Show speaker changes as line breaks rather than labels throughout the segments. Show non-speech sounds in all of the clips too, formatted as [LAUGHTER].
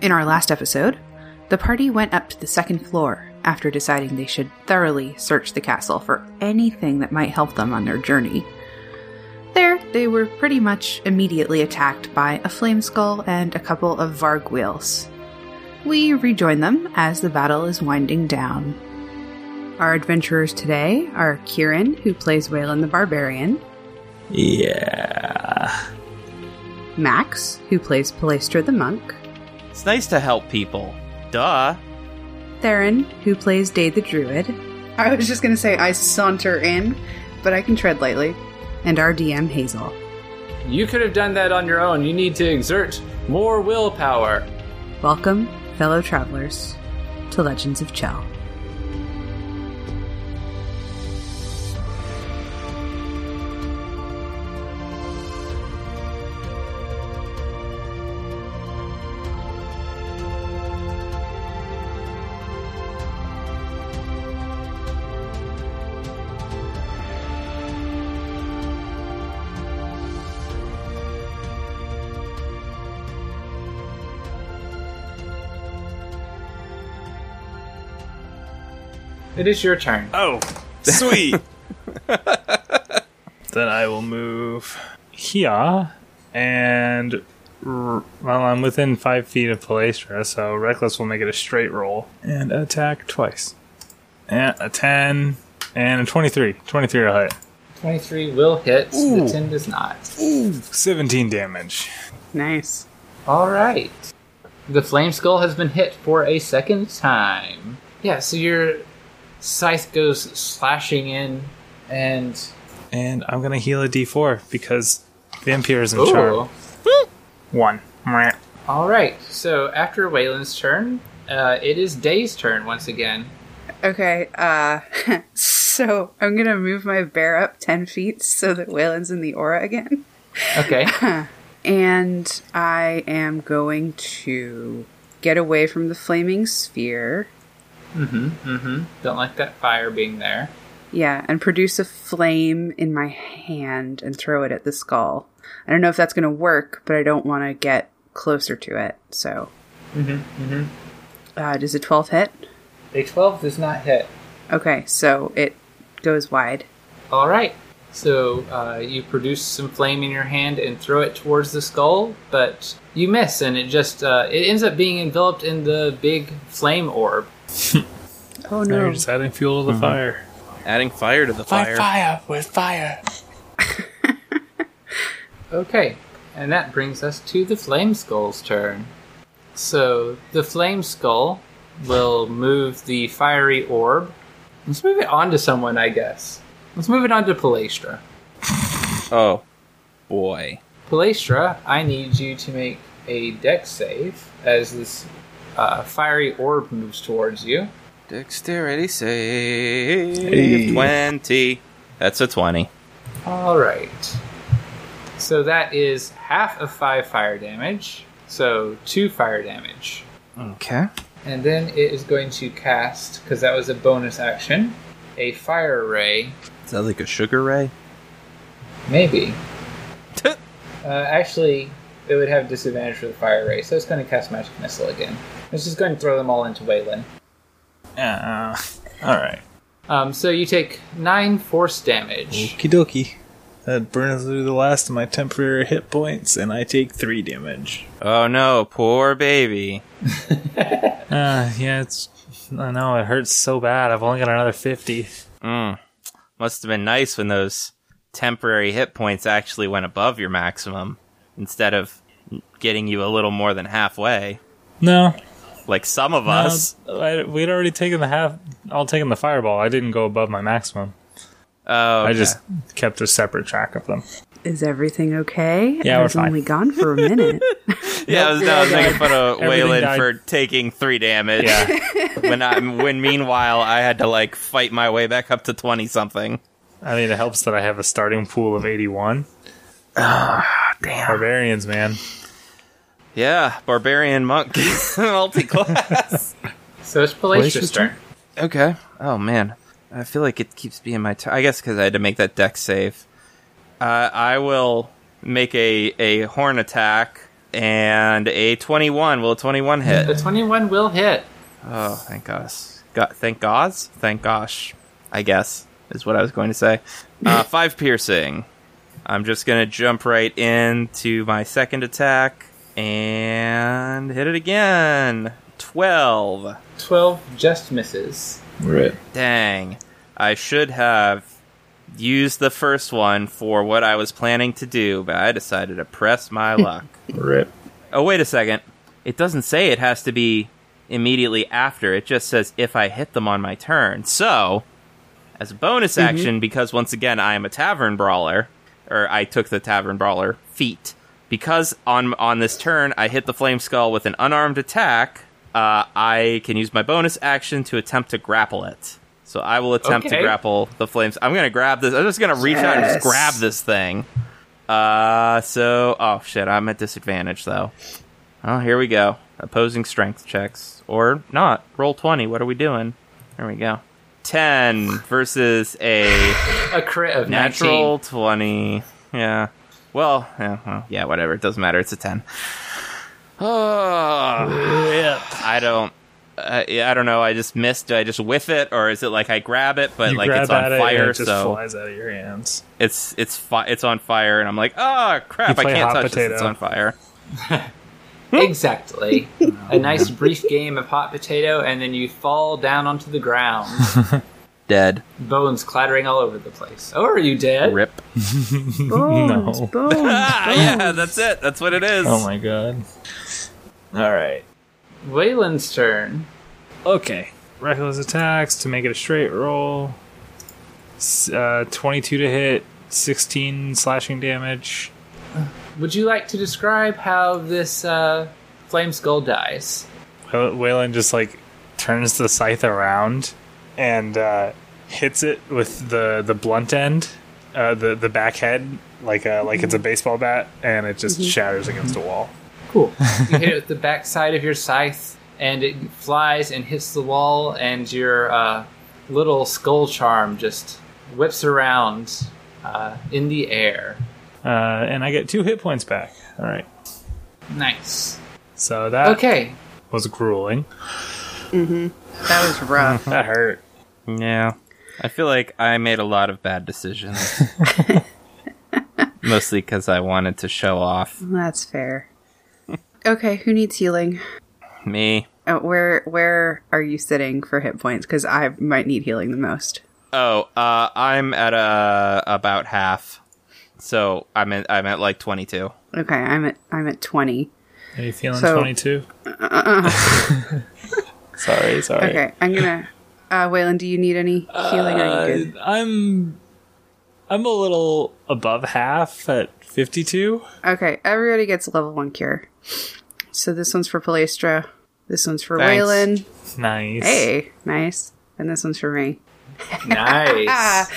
In our last episode, the party went up to the second floor after deciding they should thoroughly search the castle for anything that might help them on their journey. There, they were pretty much immediately attacked by a flame skull and a couple of vargwheels. We rejoin them as the battle is winding down. Our adventurers today are Kieran, who plays Waylon the Barbarian,
Yeah.
Max, who plays Palestra the Monk,
It's nice to help people. Duh.
Theron, who plays Day the Druid. I was just going to say I saunter in, but I can tread lightly. And our DM, Hazel.
You could have done that on your own. You need to exert more willpower.
Welcome, fellow travelers, to Legends of Chell.
It is your turn.
Oh,
[LAUGHS]
sweet. then I will move here, and r- well, I'm within five feet of Palestra, so Reckless will make it a straight roll and attack twice. And a ten and a 23. 23 will hit.
23 will hit, so the
Ooh.
10 does not.
17 damage.
Nice.
Alright. The flame skull has been hit for a second time. Yeah, so your scythe goes slashing in, and.
And I'm gonna heal a D4 because vampirism
Ooh.
charm one. Mwah.
Alright, so after Wayland's turn, uh, it is Day's turn once again.
Okay, uh, [LAUGHS] so I'm going to move my bear up 10 feet so that Waylon's in the aura again.
Okay.
And I am going to get away from the flaming sphere.
Don't like that fire being there.
Yeah, and produce a flame in my hand and throw it at the skull. I don't know if that's going to work, but I don't want to get closer to it. So,
Mm-hmm,
Uh, does a twelve hit?
A 12 does not hit.
Okay, so it goes wide.
All right. So uh, you produce some flame in your hand and throw it towards the skull, but you miss, and it just uh, it ends up being enveloped in the big flame orb.
Oh
Now
no!
you're just adding fuel to the fire.
Adding fire to the fire.
Mm-hmm. fire with fire.
Okay, and that brings us to the flame skull's turn. So the flame skull will move the fiery orb. Let's move it on to someone, I guess. Let's move it on to Palestra.
Oh, boy.
Palestra, I need you to make a deck save as this uh, fiery orb moves towards you.
Dexterity save.
Hey.
20. That's a 20.
All right. So that is half of five fire damage. So two fire damage.
Okay.
And then it is going to cast, because that was a bonus action, a fire ray.
Is that like a sugar ray?
Maybe. Uh, actually, it would have disadvantage for the fire ray, so it's going to cast magic missile again. It's just going to throw them all into Waylon.
Uh, all right.
Um, so you take nine force damage.
Okie dokie. That burns through the last of my temporary hit points, and I take three damage.
oh no, poor baby.
Uh, yeah, it's. I know, it hurts so bad. I've only got another 50.
Mm. Must have been nice when those temporary hit points actually went above your maximum instead of getting you a little more than halfway.
No.
Like some of
no,
us.
Uh, I, we'd already taken the half. I'll taken the fireball. I didn't go above my maximum.
Oh,
I
okay.
just kept a separate track of them.
Is everything okay?
Yeah,
I
we're
was
fine.
only gone for a
[LAUGHS]
minute.
Yeah, I was, I was making fun of
Everything
Waylon
died.
for taking three damage. [LAUGHS]
Yeah.
when I when meanwhile I had to like fight my way back up to twenty something.
I mean, it helps that I have a starting pool of 81.
Ah,
damn. Barbarians, man.
Yeah, barbarian monk [LAUGHS] multi class.
So it's
Palacia's
Palacia's
turn?
[LAUGHS]
turn.
okay. Oh man, I feel like it keeps being my turn. I guess because I had to make that deck save. Uh, I will make a a horn attack and a 21. Will a 21
The
hit?
21 will hit.
Oh, thank gosh. God, thank gosh? Thank gosh. I guess is what I was going to say. Uh, five piercing. I'm just going to jump right into my second attack and hit it again. 12.
12 just misses.
Right.
Dang. I should have used the first one for what I was planning to do, but I decided to press my luck.
Right.
Oh, wait a second. It doesn't say it has to be immediately after. It just says if I hit them on my turn. So, as a bonus action, because once again I am a tavern brawler, or I took the tavern brawler feat, because on on this turn I hit the flame skull with an unarmed attack. Uh, I can use my bonus action to attempt to grapple it. So I will attempt
Okay.
to grapple the flames. I'm gonna grab this. I'm just gonna reach out and just
Yes.
grab this thing. Uh, so oh shit, I'm at disadvantage though. Oh, here we go. Opposing strength checks or not. Roll 20. What are we doing? There we go. 10 versus a
A crit of
natural 20. Yeah. Well, yeah, well, yeah, whatever. It doesn't matter. It's a 10. Oh, [SIGHS]
19.
I don't I I don't know. I just missed. Do I just whiff it or is it like I grab it but
you
like
grab
it's on
at it and
fire
it just
so
flies out of your hands.
it's it's fi- it's on fire and I'm like, "Oh, crap. I
play
can't
hot
touch this. It's
potato.
on fire." [LAUGHS]
Exactly. A nice brief game of hot potato, and then you fall down onto
[LAUGHS]
the ground.
Dead.
Bones clattering all over the place. Oh, are you dead?
Rip.
Bones,
No. [LAUGHS]
bones.
Ah, yeah, that's it. That's what it is.
Oh my god. All right.
Wayland's turn.
Okay. Reckless attacks to make it a straight roll. S- Uh, 22 to hit, 16 slashing damage.
Would you like to describe how this uh, flame skull dies?
Whal- Whalen just like turns the scythe around and uh, hits it with the, the blunt end, uh, the the back head, like a, like it's a baseball bat, and it just shatters against a wall.
[LAUGHS] Cool. you hit it with the backside of your scythe, and it flies and hits the wall, and your uh, little skull charm just whips around uh, in the air.
Uh, and I get two hit points back. All right.
Nice.
So that
Okay.
was grueling.
That was rough.
That hurt.
Yeah. I feel like I made a lot of bad
[LAUGHS]
decisions. Mostly because I wanted to show off
That's fair. Okay, who needs healing?
me.
Uh, where where are you sitting for hit points? Because I might need healing the most.
Oh, uh, I'm at uh, about half. So I'm at, I'm at like 22.
Okay, I'm at I'm at twenty.
Are you feeling
So-
22? [LAUGHS] sorry, sorry.
Okay, I'm
[LAUGHS]
gonna. Uh, Waylon, do you need any healing? are you good?
Uh, I'm I'm a little above half at 52.
Okay, everybody gets level one cure. So this one's for Palestra. This one's for
Thanks.
Waylon.
Nice.
Hey, nice. And this one's for me.
[LAUGHS] [LAUGHS] Nice.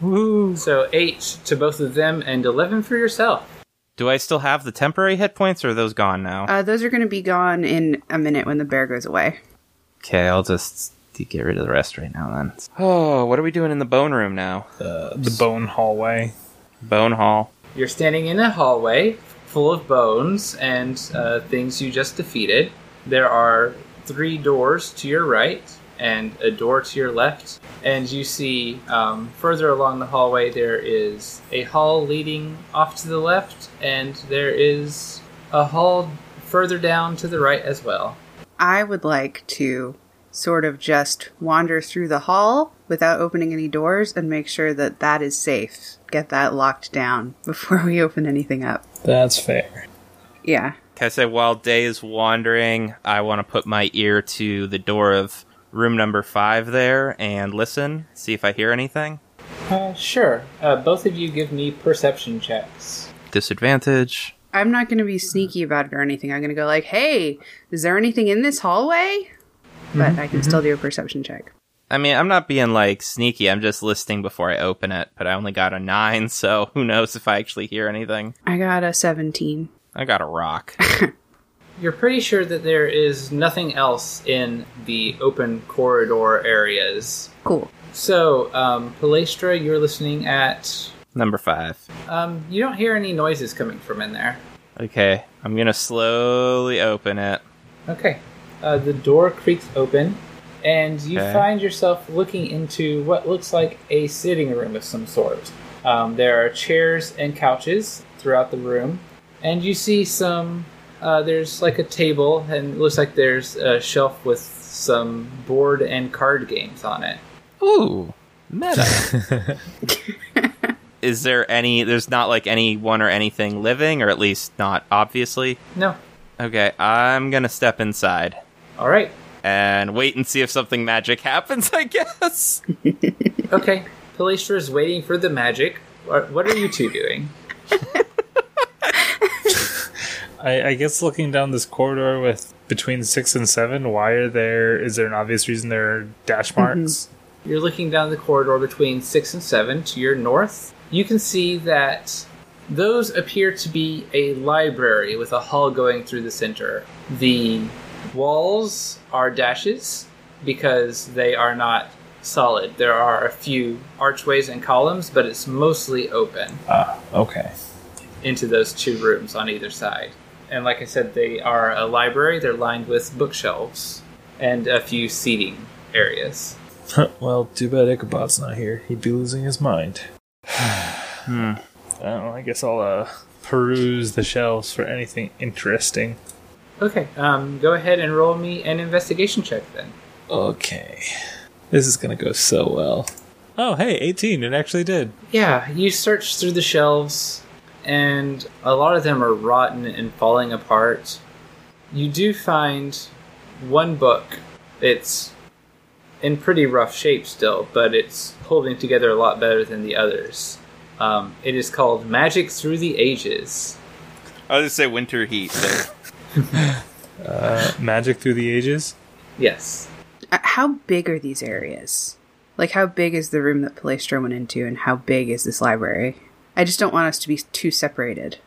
Woo.
so eight to both of them, and eleven for yourself.
Do I still have the temporary hit points or are those gone now?
Uh, those are going to be gone in a minute when the bear goes away.
Okay, I'll just get rid of the rest right now then. [SIGHS] Uh, Oh, what are we doing in the bone room now?
The bone hallway.
Bone hall.
You're standing in a hallway full of bones and uh, things you just defeated. There are three doors to your right and a door to your left. And you see um, further along the hallway, there is a hall leading off to the left, and there is a hall further down to the right as well.
I would like to sort of just wander through the hall without opening any doors and make sure that that is safe. Get that locked down before [LAUGHS] we open anything up.
That's fair.
Yeah.
Can I say, while Day is wandering, I want to put my ear to the door of room number five there and listen, see if I hear anything.
Uh, sure. Uh, both of you give me perception checks.
Disadvantage.
I'm not going to be sneaky about it or anything. I'm going to go like, "Hey, is there anything in this hallway?" But
Mm-hmm,
I can still do a perception check.
I mean, I'm not being like sneaky. I'm just listening before I open it, but I only got a nine, [LAUGHS] so who knows if I actually hear anything.
I got a 17.
I got a rock. [LAUGHS]
You're pretty sure that there is nothing else in the open corridor areas.
Cool.
So, um, Palestra, you're listening at.
Number five.
Um, you don't hear any noises coming from in there.
Okay, I'm gonna slowly open it.
Okay. Uh, the door creaks open, and you
Okay.
find yourself looking into what looks like a sitting room of some sort. Um, there are chairs and couches throughout the room, and you see some. Uh, there's like a table, and it looks like there's a shelf with some board and card games on it.
Ooh, meta. [LAUGHS] Is there any? There's not like anyone or anything living, or at least not obviously.
No.
Okay, I'm gonna step inside
All right.
and wait and see if something magic happens. [LAUGHS] I guess.
Okay. Palestra is waiting for the magic. What what are you two doing?
I, I guess looking down this corridor with between six and seven, why are there? Is there an obvious reason there are dash
Mm-hmm.
marks?
You're looking down the corridor between 6 and 7 to your north. You can see that those appear to be a library with a hall going through the center. The walls are dashes because they are not solid. There are a few archways and columns, but it's mostly open
Ah, okay.
into those two rooms on either side. And like I said, they are a library. They're lined with bookshelves and a few seating areas.
well, too bad Ichabod's not here. He'd be losing his mind. [SIGHS] Hmm. I don't know. I guess I'll uh, peruse the shelves for anything interesting.
Okay, um, go ahead and roll me an investigation check then.
Okay. This is gonna go so well. Oh, hey, 18. It actually did.
Yeah, you search through the shelves, and a lot of them are rotten and falling apart. You do find one book. It's in pretty rough shape still, but it's holding together a lot better than the others. Um, it is called Magic Through the Ages.
I'll just say winter heat. but-
Magic through the ages.
Yes.
Uh, How big are these areas? Like, how big is the room that Palestra went into, and how big is this library? I just don't want us to be too separated.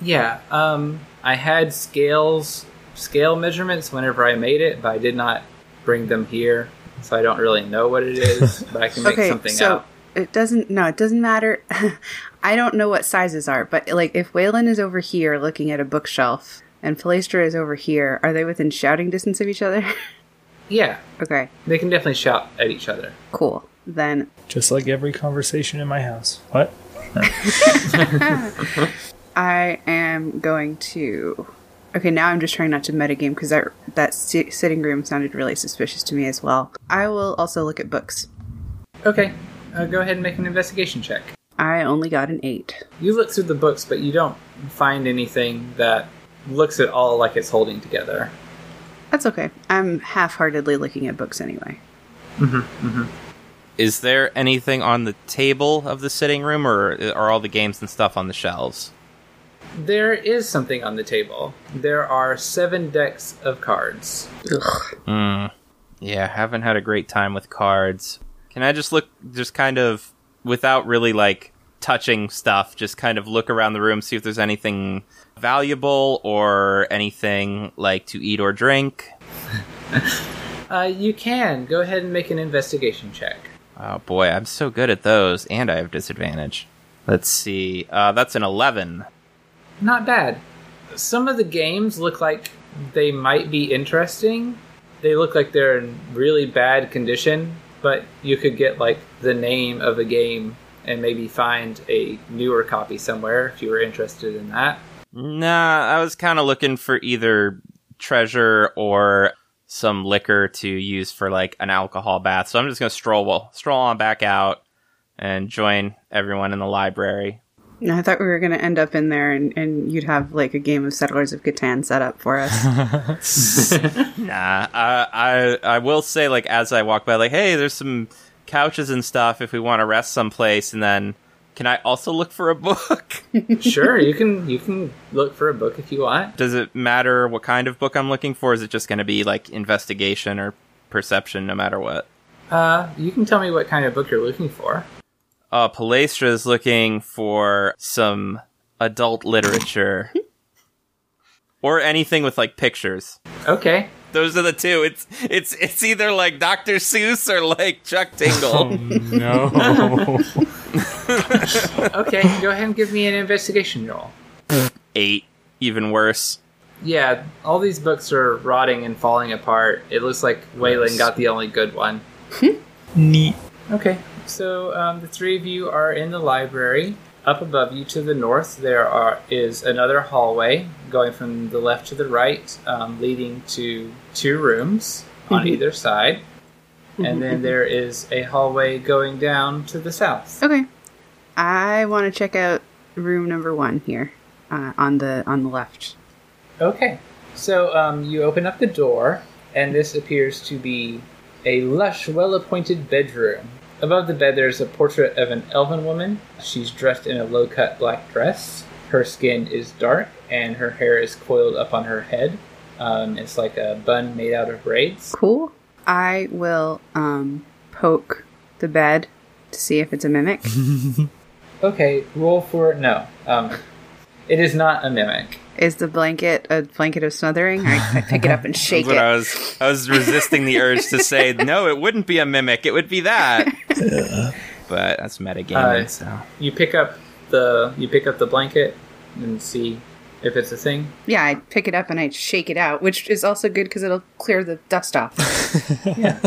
Yeah, um, I had scales, scale measurements whenever I made it, but I did not bring them here, so I don't really know what it is, but I can make
okay,
something
so
out.
it doesn't. No, it doesn't matter. [LAUGHS] I don't know what sizes are, but like, if Waylon is over here looking at a bookshelf and Palestra is over here, are they within shouting distance of each other? [LAUGHS]
Yeah,
okay,
they can definitely shout at each other.
cool. Then
Just like every conversation in my house. What?
I am going to. Okay, now I'm just trying not to metagame because that that si- sitting room sounded really suspicious to me as well. I will also look at books.
Okay, uh, go ahead and make an investigation check.
I only got an eight.
You look through the books, but you don't find anything that looks at all like it's holding together.
That's okay. I'm half-heartedly looking at books anyway.
Is there anything on the table of the sitting room, or are all the games and stuff on the shelves?
There is something on the table. There are seven decks of cards.
Yeah, haven't had a great time with cards. Can I just look, just kind of, without really like touching stuff, just kind of look around the room, see if there's anything valuable or anything like to eat or drink?
Uh, you can go ahead and make an investigation check.
Oh boy, I'm so good at those, and I have disadvantage. Let's see. Uh, that's an 11.
Not bad. Some of the games look like they might be interesting. They look like they're in really bad condition, but you could get like the name of a game and maybe find a newer copy somewhere if you were interested in that.
Nah, I was kind of looking for either treasure or some liquor to use for like an alcohol bath. So I'm just gonna stroll well, stroll on back out and join everyone in the library.
No, I thought we were going to end up in there and, and you'd have like a game of Settlers of Catan set up for us.
Nah, I I I will say like as I walk by, like, hey, there's some couches and stuff if we want to rest someplace, and then can I also look for a book? [LAUGHS]
sure, you can you can look for a book if you want.
Does it matter what kind of book I'm looking for? Is it just gonna be like investigation or perception, no matter what?
Uh, you can tell me what kind of book you're looking for.
uh, Palestra is looking for some adult literature or anything with like pictures.
Okay.
Those are the two. It's it's it's either like Dr. Seuss or like Chuck
Oh,
Tingle.
[LAUGHS] no.
Okay, go ahead and give me an investigation roll.
[LAUGHS] Eight. even worse.
Yeah, all these books are rotting and falling apart. It looks like Waylon
Yes.
got the only good one.
Neat.
Okay, so um, the three of you are in the library. Up above you to the north, there are is another hallway going from the left to the right, um, leading to two rooms on either side. And then there is a hallway going down to the south.
Okay. I want to check out room number one here uh, on the on the left.
Okay. So um, you open up the door, and this appears to be a lush, well appointed bedroom. Above the bed, there's a portrait of an elven woman. She's dressed in a low cut black dress. Her skin is dark, and her hair is coiled up on her head. Um, it's like a bun made out of braids.
Cool. I will um, poke the bed to see if it's a mimic.
Mm-hmm.
Okay, roll for no. Um, it is not a mimic.
Is the blanket a blanket of smothering? I, I pick it
[LAUGHS]
up and shake
That's what I
it.
was. I was resisting the urge to say no. It wouldn't be a mimic. It would be that. [LAUGHS] but that's metagaming.
Uh,
so
You pick up the you pick up the blanket and see if it's a thing.
Yeah, I pick it up and I shake it out, which is also good because it'll clear the dust off.
[LAUGHS]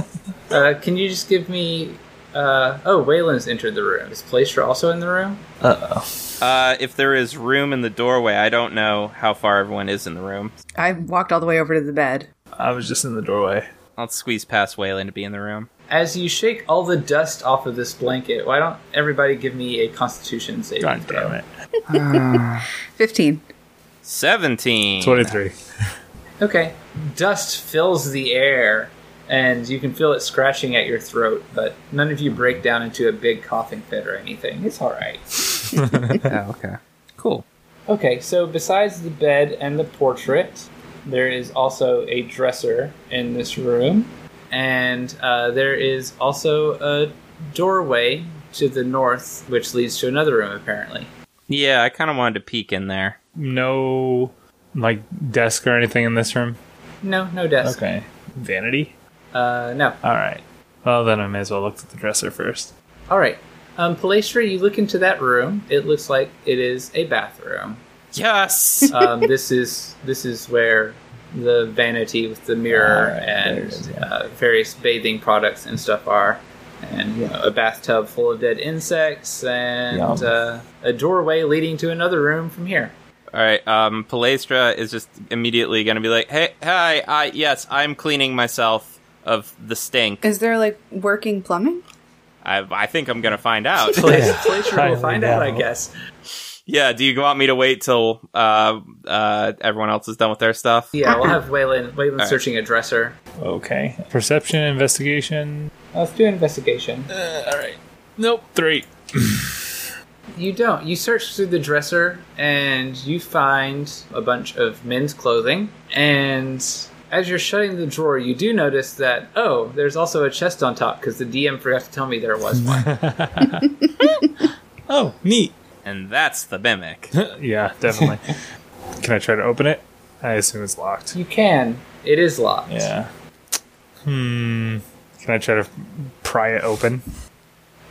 Uh, can you just give me? Uh, oh, Waylon's entered the room. Is Placer also in the room?
uh, if there is room in the doorway, I don't know how far everyone is in the room.
I walked all the way over to the bed.
I was just in the doorway.
I'll squeeze past Waylon to be in the room.
As you shake all the dust off of this blanket, why don't everybody give me a Constitution saving
God
throw?
damn it.
15.
Seventeen.
23.
Okay, dust fills the air, and you can feel it scratching at your throat. But none of you break down into a big coughing fit or anything. It's all right.
Oh, okay. Cool.
Okay, so besides the bed and the portrait, there is also a dresser in this room, and uh, there is also a doorway to the north, which leads to another room, apparently.
Yeah, I kind of wanted to peek in there.
No, like, desk or anything in this room?
No, no desk.
Okay. Vanity?
Uh, no.
All right. Well, then I may as well look at the dresser first.
All right. Um, Palestra, you look into that room. It looks like it is a bathroom.
Yes. [LAUGHS]
Um, this is this is where the vanity with the mirror
All right,
and
Ah, there it is, yeah.
uh, various bathing products and stuff are, and you know a bathtub full of dead insects and
Yum.
uh, a doorway leading to another room from here.
All right. Um, Palestra is just immediately going to be like, "Hey, hi, I yes, I'm cleaning myself of the stink.
Is there like working plumbing?
I, I think I'm going to find [LAUGHS] out."
[LAUGHS] Yeah.
Palestra will
Finally
find out, I
now.
guess.
yeah. Do you want me to wait till uh, uh, everyone else is done with their stuff?
Yeah, we'll have Waylon Waylon
right.
searching a dresser.
Okay. Perception, investigation.
Let's do an investigation.
Nope. Three.
You don't. You search through the dresser and you find a bunch of men's clothing. And as you're shutting the drawer, you do notice that, oh, there's also a chest on top because the DM forgot to tell me there was one.
Oh, neat.
And that's the [LAUGHS] mimic.
Yeah, [LAUGHS] definitely. Can I try to open it? I assume it's locked.
you can. It is locked.
Yeah. Hmm. Can I try to pry it open?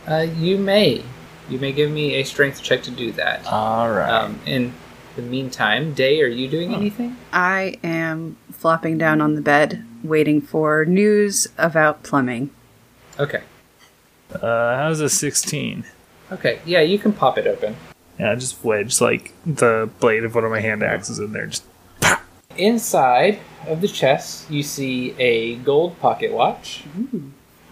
Uh, you may. You may give me a strength check to do that.
All right.
Um, in the meantime, Day, are you doing anything?
I am flopping down on the bed, waiting for news about plumbing.
Okay.
uh, how's a sixteen?
Okay. Yeah, you can pop it open.
Yeah, I just wedge like the blade of one of my hand axes in there. Just
Inside of the chest, you see a gold pocket watch.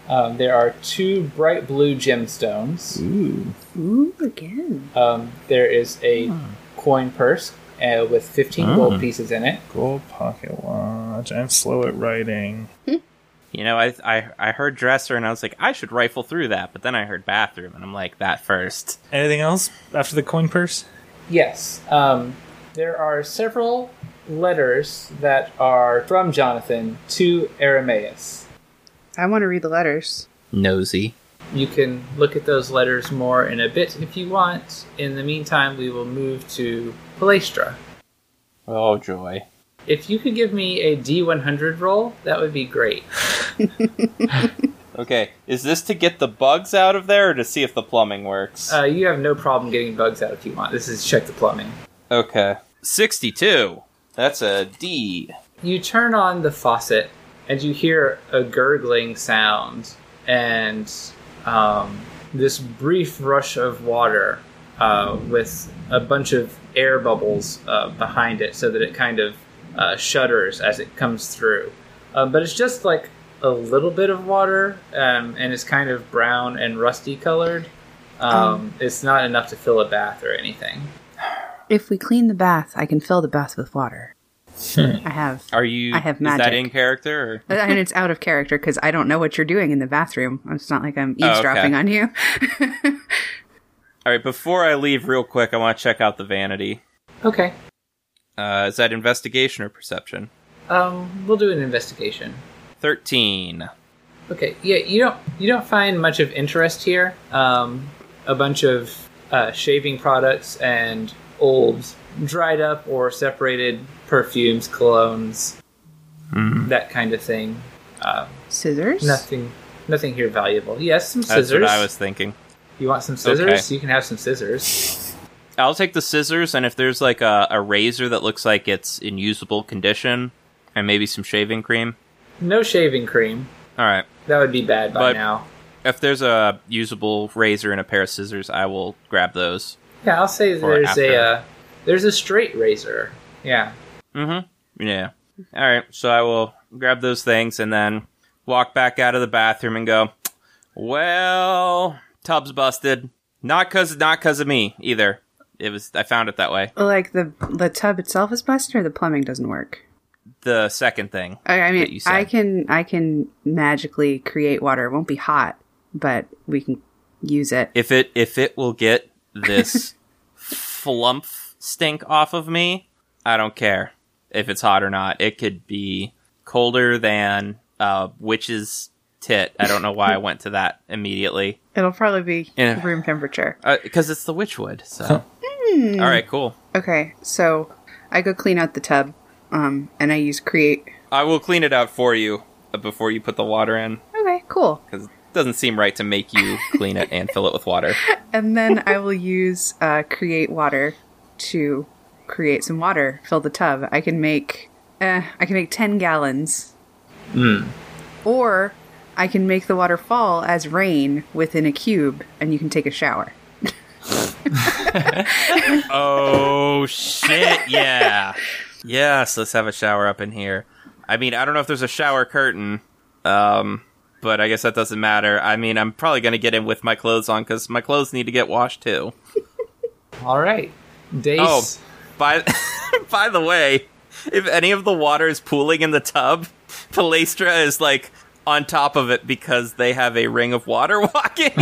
Um, there are two bright blue gemstones.
ooh.
Ooh, again.
Um, there is a coin purse uh, with 15 gold pieces in it.
Gold pocket watch. I'm slow at writing.
You know, I, I I heard dresser and I was like, I should rifle through that, but then I heard bathroom and I'm like, that first.
Anything else after the coin purse?
Yes, um, there are several letters that are from Jonathan to Aramaeus.
I want to read the letters.
Nosy.
You can look at those letters more in a bit if you want. In the meantime, we will move to Palestra.
Oh joy.
If you could give me a D100 roll, that would be great.
Okay, is this to get the bugs out of there or to see if the plumbing works?
Uh, you have no problem getting bugs out if you want. This is check the plumbing.
okay. 62. That's a D.
You turn on the faucet and you hear a gurgling sound and um, this brief rush of water uh, with a bunch of air bubbles uh, behind it so that it kind of uh, shudders as it comes through. Uh, but it's just like a little bit of water um, and it's kind of brown and rusty colored. Um, It's not enough to fill a bath or anything.
If we clean the bath, I can fill the bath with water. I have.
Hmm. Are you?
I have
Is that
magic.
in character? Or?
And it's out of character because I don't know what you're doing in the bathroom. It's not like I'm
Oh, okay.
eavesdropping on you. [LAUGHS]
All right. Before I leave, real quick, I want to check out the vanity.
Okay,
Uh, is that investigation or perception?
um, we'll do an investigation.
Thirteen.
Okay, yeah, you don't you don't find much of interest here. Um, a bunch of uh, shaving products and old, dried up or separated perfumes, colognes,
Hmm.
that kind of thing.
Scissors?
Nothing, nothing here valuable. Yes, some
That's
scissors.
what I was thinking.
You want some scissors?
Okay.
You can have some scissors.
I'll take the scissors, and if there's like a, a razor that looks like it's in usable condition, and maybe some shaving cream.
No shaving cream.
All right.
That would be bad by
But-
now.
If there's a usable razor and a pair of scissors, I will grab those.
Yeah, I'll say
For
there's
after.
a uh, there's a straight razor. Yeah.
Mm-hmm. Yeah. All right. So I will grab those things and then walk back out of the bathroom and go. Well, tub's busted. Not cause not cause of me either. It was I found it that way.
Like the the tub itself is busted, or the plumbing doesn't work.
The second thing.
I, I
that you
mean,
said.
I can I can magically create water. It won't be hot, but we can use it.
If it if it will get this flump stink off of me, I don't care if it's hot or not. It could be colder than a witch's tit. I don't know why I went to that immediately.
It'll probably be
Yeah.
room temperature.
because Uh, it's the witchwood. So, all right, cool.
Okay, so I go clean out the tub, um, and I use create.
I will clean it out for you uh, before you put the water in
Okay, cool.
because it doesn't seem right to make you clean it and fill it with water.
And then I will use uh, create water to create some water, fill the tub. I can make eh, I can make ten gallons,
Hmm.
or I can make the water fall as rain within a cube, and you can take a shower.
[LAUGHS] Oh shit! Yeah. yes, let's have a shower up in here. I mean, I don't know if there's a shower curtain, um, but I guess that doesn't matter. I mean, I'm probably gonna get in with my clothes on because my clothes need to get washed too.
All right. Dace.
Oh, by [LAUGHS] by the way, if any of the water is pooling in the tub, [LAUGHS] Palestra is like on top of it because they have a ring of water [LAUGHS]
[LAUGHS]
walking.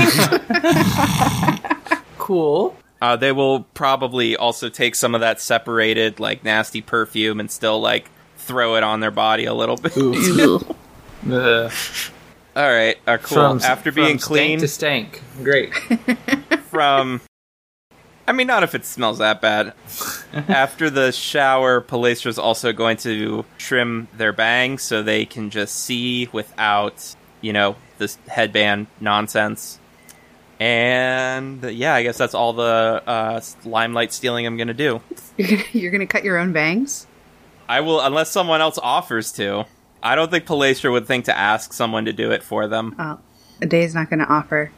Cool.
uh, they will probably also take some of that separated like nasty perfume and still like throw it on their body a little bit.
Ugh.
Ugh.
[LAUGHS] All right, uh, cool.
From-
After
from
being
stank
cleaned
to stank. Great. [LAUGHS]
from, I mean, not if it smells that bad. After the shower, Palestra's also going to trim their bangs so they can just see without, you know, this headband nonsense. And yeah, I guess that's all the uh, limelight stealing I'm going to do.
You're gonna, you're gonna cut your own bangs?
I will, unless someone else offers to. I don't think Palestra would think to ask someone to do it for them.
Oh, a day's not gonna offer.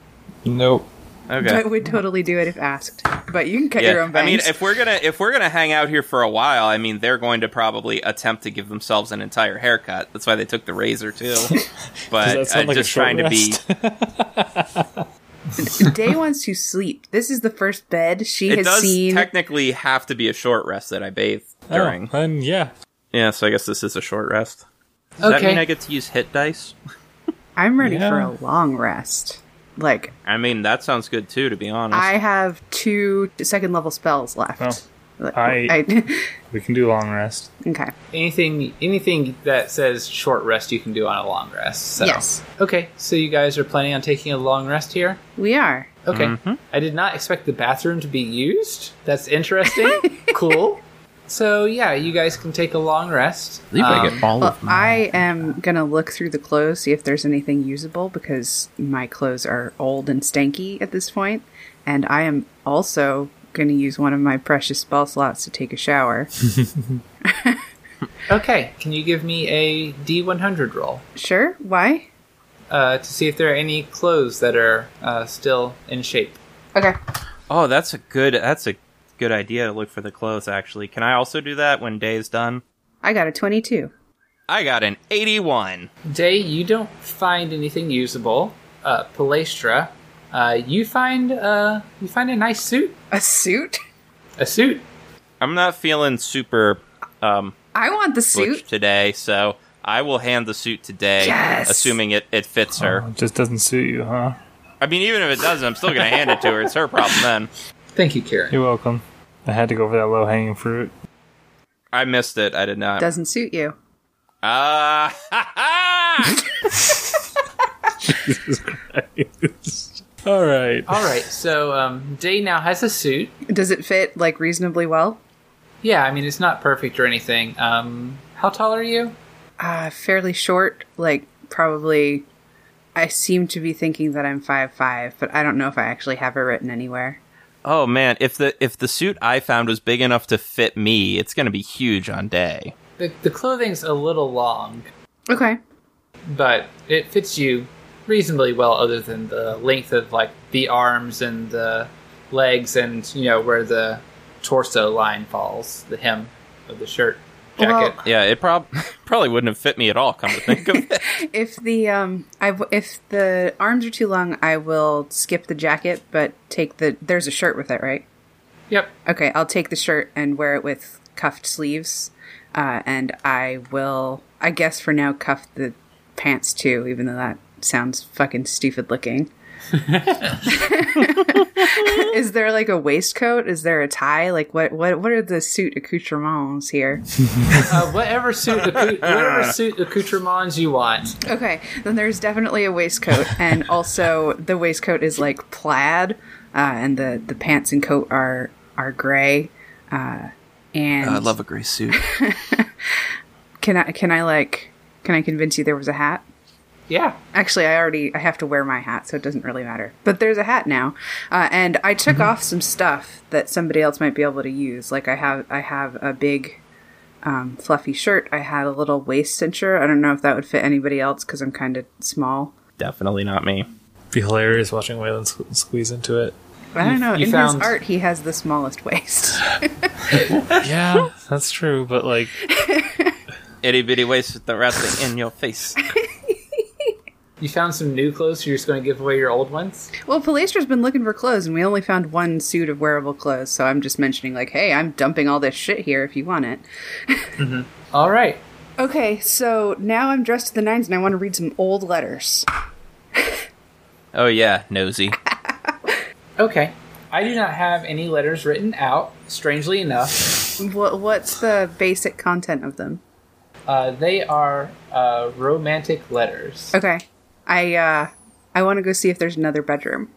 Nope.
Okay.
But would totally do it if asked. But you can cut your own
I mean,
bangs.
if we're gonna if we're gonna hang out here for a while, I mean, they're going to probably attempt to give themselves an entire haircut. That's why they took the razor too.
Does
But
that sound
uh,
like
just
a short
trying [LAUGHS]
rest?
to be,
Day wants to sleep. This is the first bed she
it
has
does
seen.
technically have to be a short rest that I bathe during.
Oh, then yeah.
Yeah, so I guess this is a short rest. Does that
Okay.
mean I get to use hit dice?
I'm ready
Yeah.
for a long rest. Like
I mean, that sounds good too, to be honest.
I have two second level spells left.
Oh,
Like,
I-
[LAUGHS] I-
We can do long rest.
okay.
anything anything that says short rest you can do on a long rest. So.
Yes.
Okay, so you guys are planning on taking a long rest here?
We are.
Okay. I did not expect the bathroom to be used. That's interesting. cool. So yeah, you guys can take a long rest. Um,
all
Well, I am gonna look through the clothes, see if there's anything usable because my clothes are old and stanky at this point, and I am also going to use one of my precious spell slots to take a shower.
Okay, can you give me a D100 roll
sure, why?
uh, to see if there are any clothes that are uh, still in shape?
Okay.
Oh, that's a good. That's a good idea to look for the clothes. Actually, can I also do that when day is done?
I got a 22.
I got an eighty-one.
Day, you don't find anything usable. Uh, Palestra, uh, you find uh, you find a nice suit,
A suit?
a suit.
I'm not feeling super um,
I want the
butch
suit.
today, so I will hand the suit today,
Yes!
assuming it, it fits her.
Oh, it just doesn't suit you, huh?
I mean, even if it doesn't, I'm still going to hand it to her. It's her problem then.
Thank you,
[LAUGHS]
Karen.
You're welcome. I had to go for that low hanging fruit.
I missed it. I did not.
Doesn't suit you.
Ah, [LAUGHS] ha, ha!
Jesus Christ. All right.
All right, so um, Day now has a suit.
Does it fit like reasonably well?
Yeah, I mean it's not perfect or anything. Um, how tall are you?
Uh, fairly short, like probably. I seem to be thinking that I'm five five, but I don't know if I actually have it written anywhere.
Oh man, if the if the suit I found was big enough to fit me, it's going to be huge on day.
The, the clothing's a little long,
Okay.
but it fits you reasonably well, other than the length of like the arms and the legs, and you know where the torso line falls, the hem of the shirt jacket.
Well-
Yeah, it prob- [LAUGHS] probably wouldn't have fit me at all. Come to think of it,
If the um, I w- if the arms are too long, I will skip the jacket, but take the. There's a shirt with it, right?
yep.
Okay, I'll take the shirt and wear it with cuffed sleeves, uh, and I will. I guess for now, cuff the pants too, even though that sounds fucking stupid looking. [LAUGHS] Is there like a waistcoat? Is there a tie? Like what? What? What are the suit accoutrements here?
Uh, whatever suit, accou- whatever suit accoutrements you want.
Okay, then there's definitely a
[LAUGHS]
waistcoat, and also the waistcoat is like plaid, uh, and the the pants and coat are are gray. Uh, and
a gray suit.
[LAUGHS] can I can I like can I convince you there was a hat?
Yeah.
Actually, I already I have to wear my hat, so it doesn't really matter. But there's a hat now, uh, and I took
Mm-hmm.
off some stuff that somebody else might be able to use. Like I have I have a big. Um, fluffy shirt. I had a little waist cincher. I don't know if that would fit anybody else because I'm kind of small.
[LAUGHS] Definitely not me.
Be hilarious watching Waylon squ- squeeze into it.
I don't know.
you
in
found-
his art, he has the smallest [LAUGHS] waist.
[LAUGHS] Yeah, that's true. But like,
Itty bitty waist with the wrestling in your face.
You found some new clothes. You're just going to give away your old ones.
well, Palestra's been looking for clothes, and we only found one suit of wearable clothes. So I'm just mentioning, like, hey, I'm dumping all this shit here if you want it.
All right.
Okay, so now I'm dressed to the nines, and I want to read some old letters.
Oh yeah, nosy.
Okay. I do not have any letters written out. Strangely enough,
What, what's the basic content of them?
uh, they are uh, romantic letters.
Okay, I uh, I want to go see if there's another bedroom.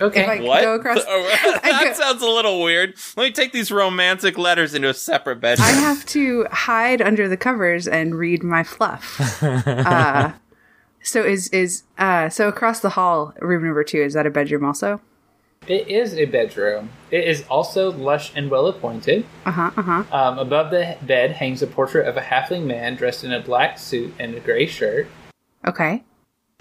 Okay.
If I
What?
go
[LAUGHS]
across,
Oh,
[LAUGHS] I
that
go-
sounds a little weird. Let me take these romantic letters into a separate bedroom.
I have to hide under the covers and read my fluff. [LAUGHS] uh, so is is uh, so across the hall, room number two. Is that a bedroom also?
It is a bedroom. It is also lush and well appointed.
Uh huh. Uh huh.
Um, above the bed hangs a portrait of a halfling man dressed in a black suit and a gray shirt.
Okay.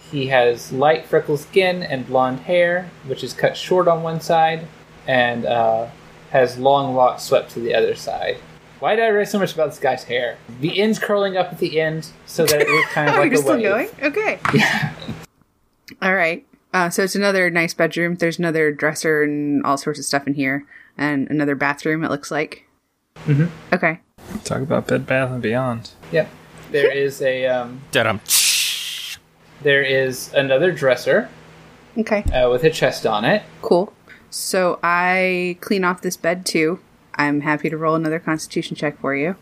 He has light freckled skin and blonde hair, which is cut short on one side, and uh, has long locks swept to the other side. Why did I write so much about this guy's hair? The end's curling up at the end so that it looks kind
[LAUGHS]
of
Oh,
like
you're
a
still
wave.
going? Okay. Yeah. [LAUGHS] all right. Uh, so it's another nice bedroom. There's another dresser and all sorts of stuff in here, and another bathroom. It looks like. Mm-hmm. Okay.
talk about Bed Bath and Beyond.
Yep. There is a um,
Dum.
there is another dresser
Okay.
uh, with a chest on it.
Cool. So I clean off this bed too. I'm happy to roll another Constitution check for you.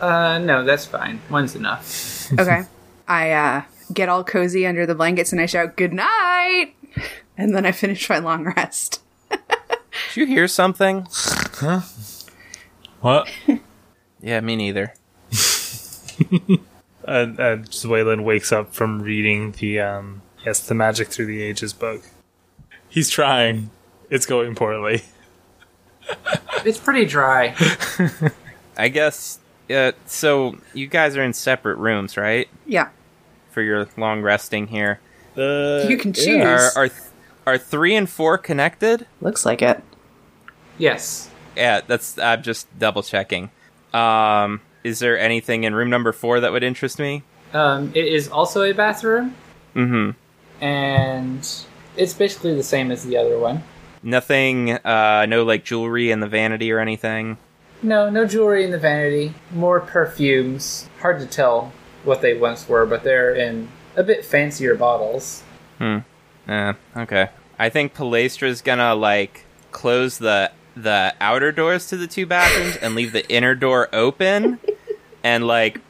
Uh, no, that's fine. One's enough.
Okay. I uh, get all cozy under the blankets and I shout, Good night! [LAUGHS] And then I finish my long rest.
Did you hear something?
What?
Yeah, me neither.
Uh, uh, Waylon wakes up from reading the um, yes, the Magic Through the Ages book. He's trying. It's going poorly.
It's pretty dry.
I guess. Uh, so you guys are in separate rooms, right?
Yeah.
For your long resting here.
Uh,
You can
yeah.
choose.
Are are th- are three and four connected?
Looks like it.
Yes.
Yeah, that's. I'm just double checking. Um, is there anything in room number four that would interest me?
Um, it is also a bathroom,
Mm-hmm.
and it's basically the same as the other one.
Nothing. Uh, no like jewelry in the vanity or anything.
No, no jewelry in the vanity. More perfumes. Hard to tell what they once were, but they're in a bit fancier bottles.
Uh, okay. I think Palestra's gonna like close the the outer doors to the two bathrooms and leave the inner door open and like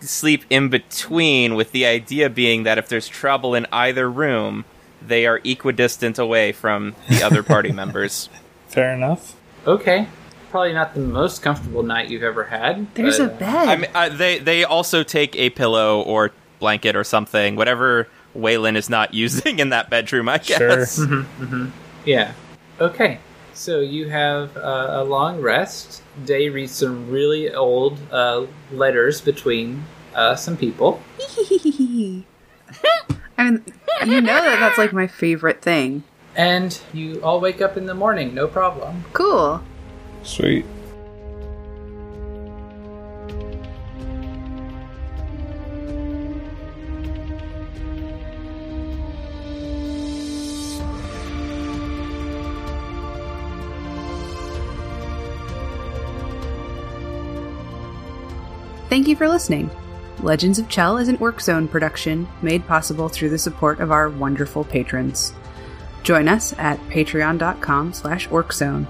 sleep in between with the idea being that if there's trouble in either room, they are equidistant away from the other party members.
Fair enough.
Okay. Probably not the most comfortable night you've ever had.
There's
but,
a
uh,
bed. [LAUGHS]
I mean, uh, they they also take a pillow or blanket or something, whatever Waylon is not [LAUGHS] using in that bedroom, I
Sure.
guess.
Yeah. Okay. So you have uh, a long rest. Day reads some really old uh, letters between uh, some people.
I mean, you know that that's like my favorite thing.
And you all wake up in the morning, no problem.
Cool.
Sweet.
Thank you for listening. Legends of Chell is an Orc Zone production made possible through the support of our wonderful patrons. Join us at patreon.com slash orczone.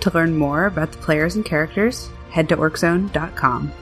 To learn more about the players and characters, head to orczone.com.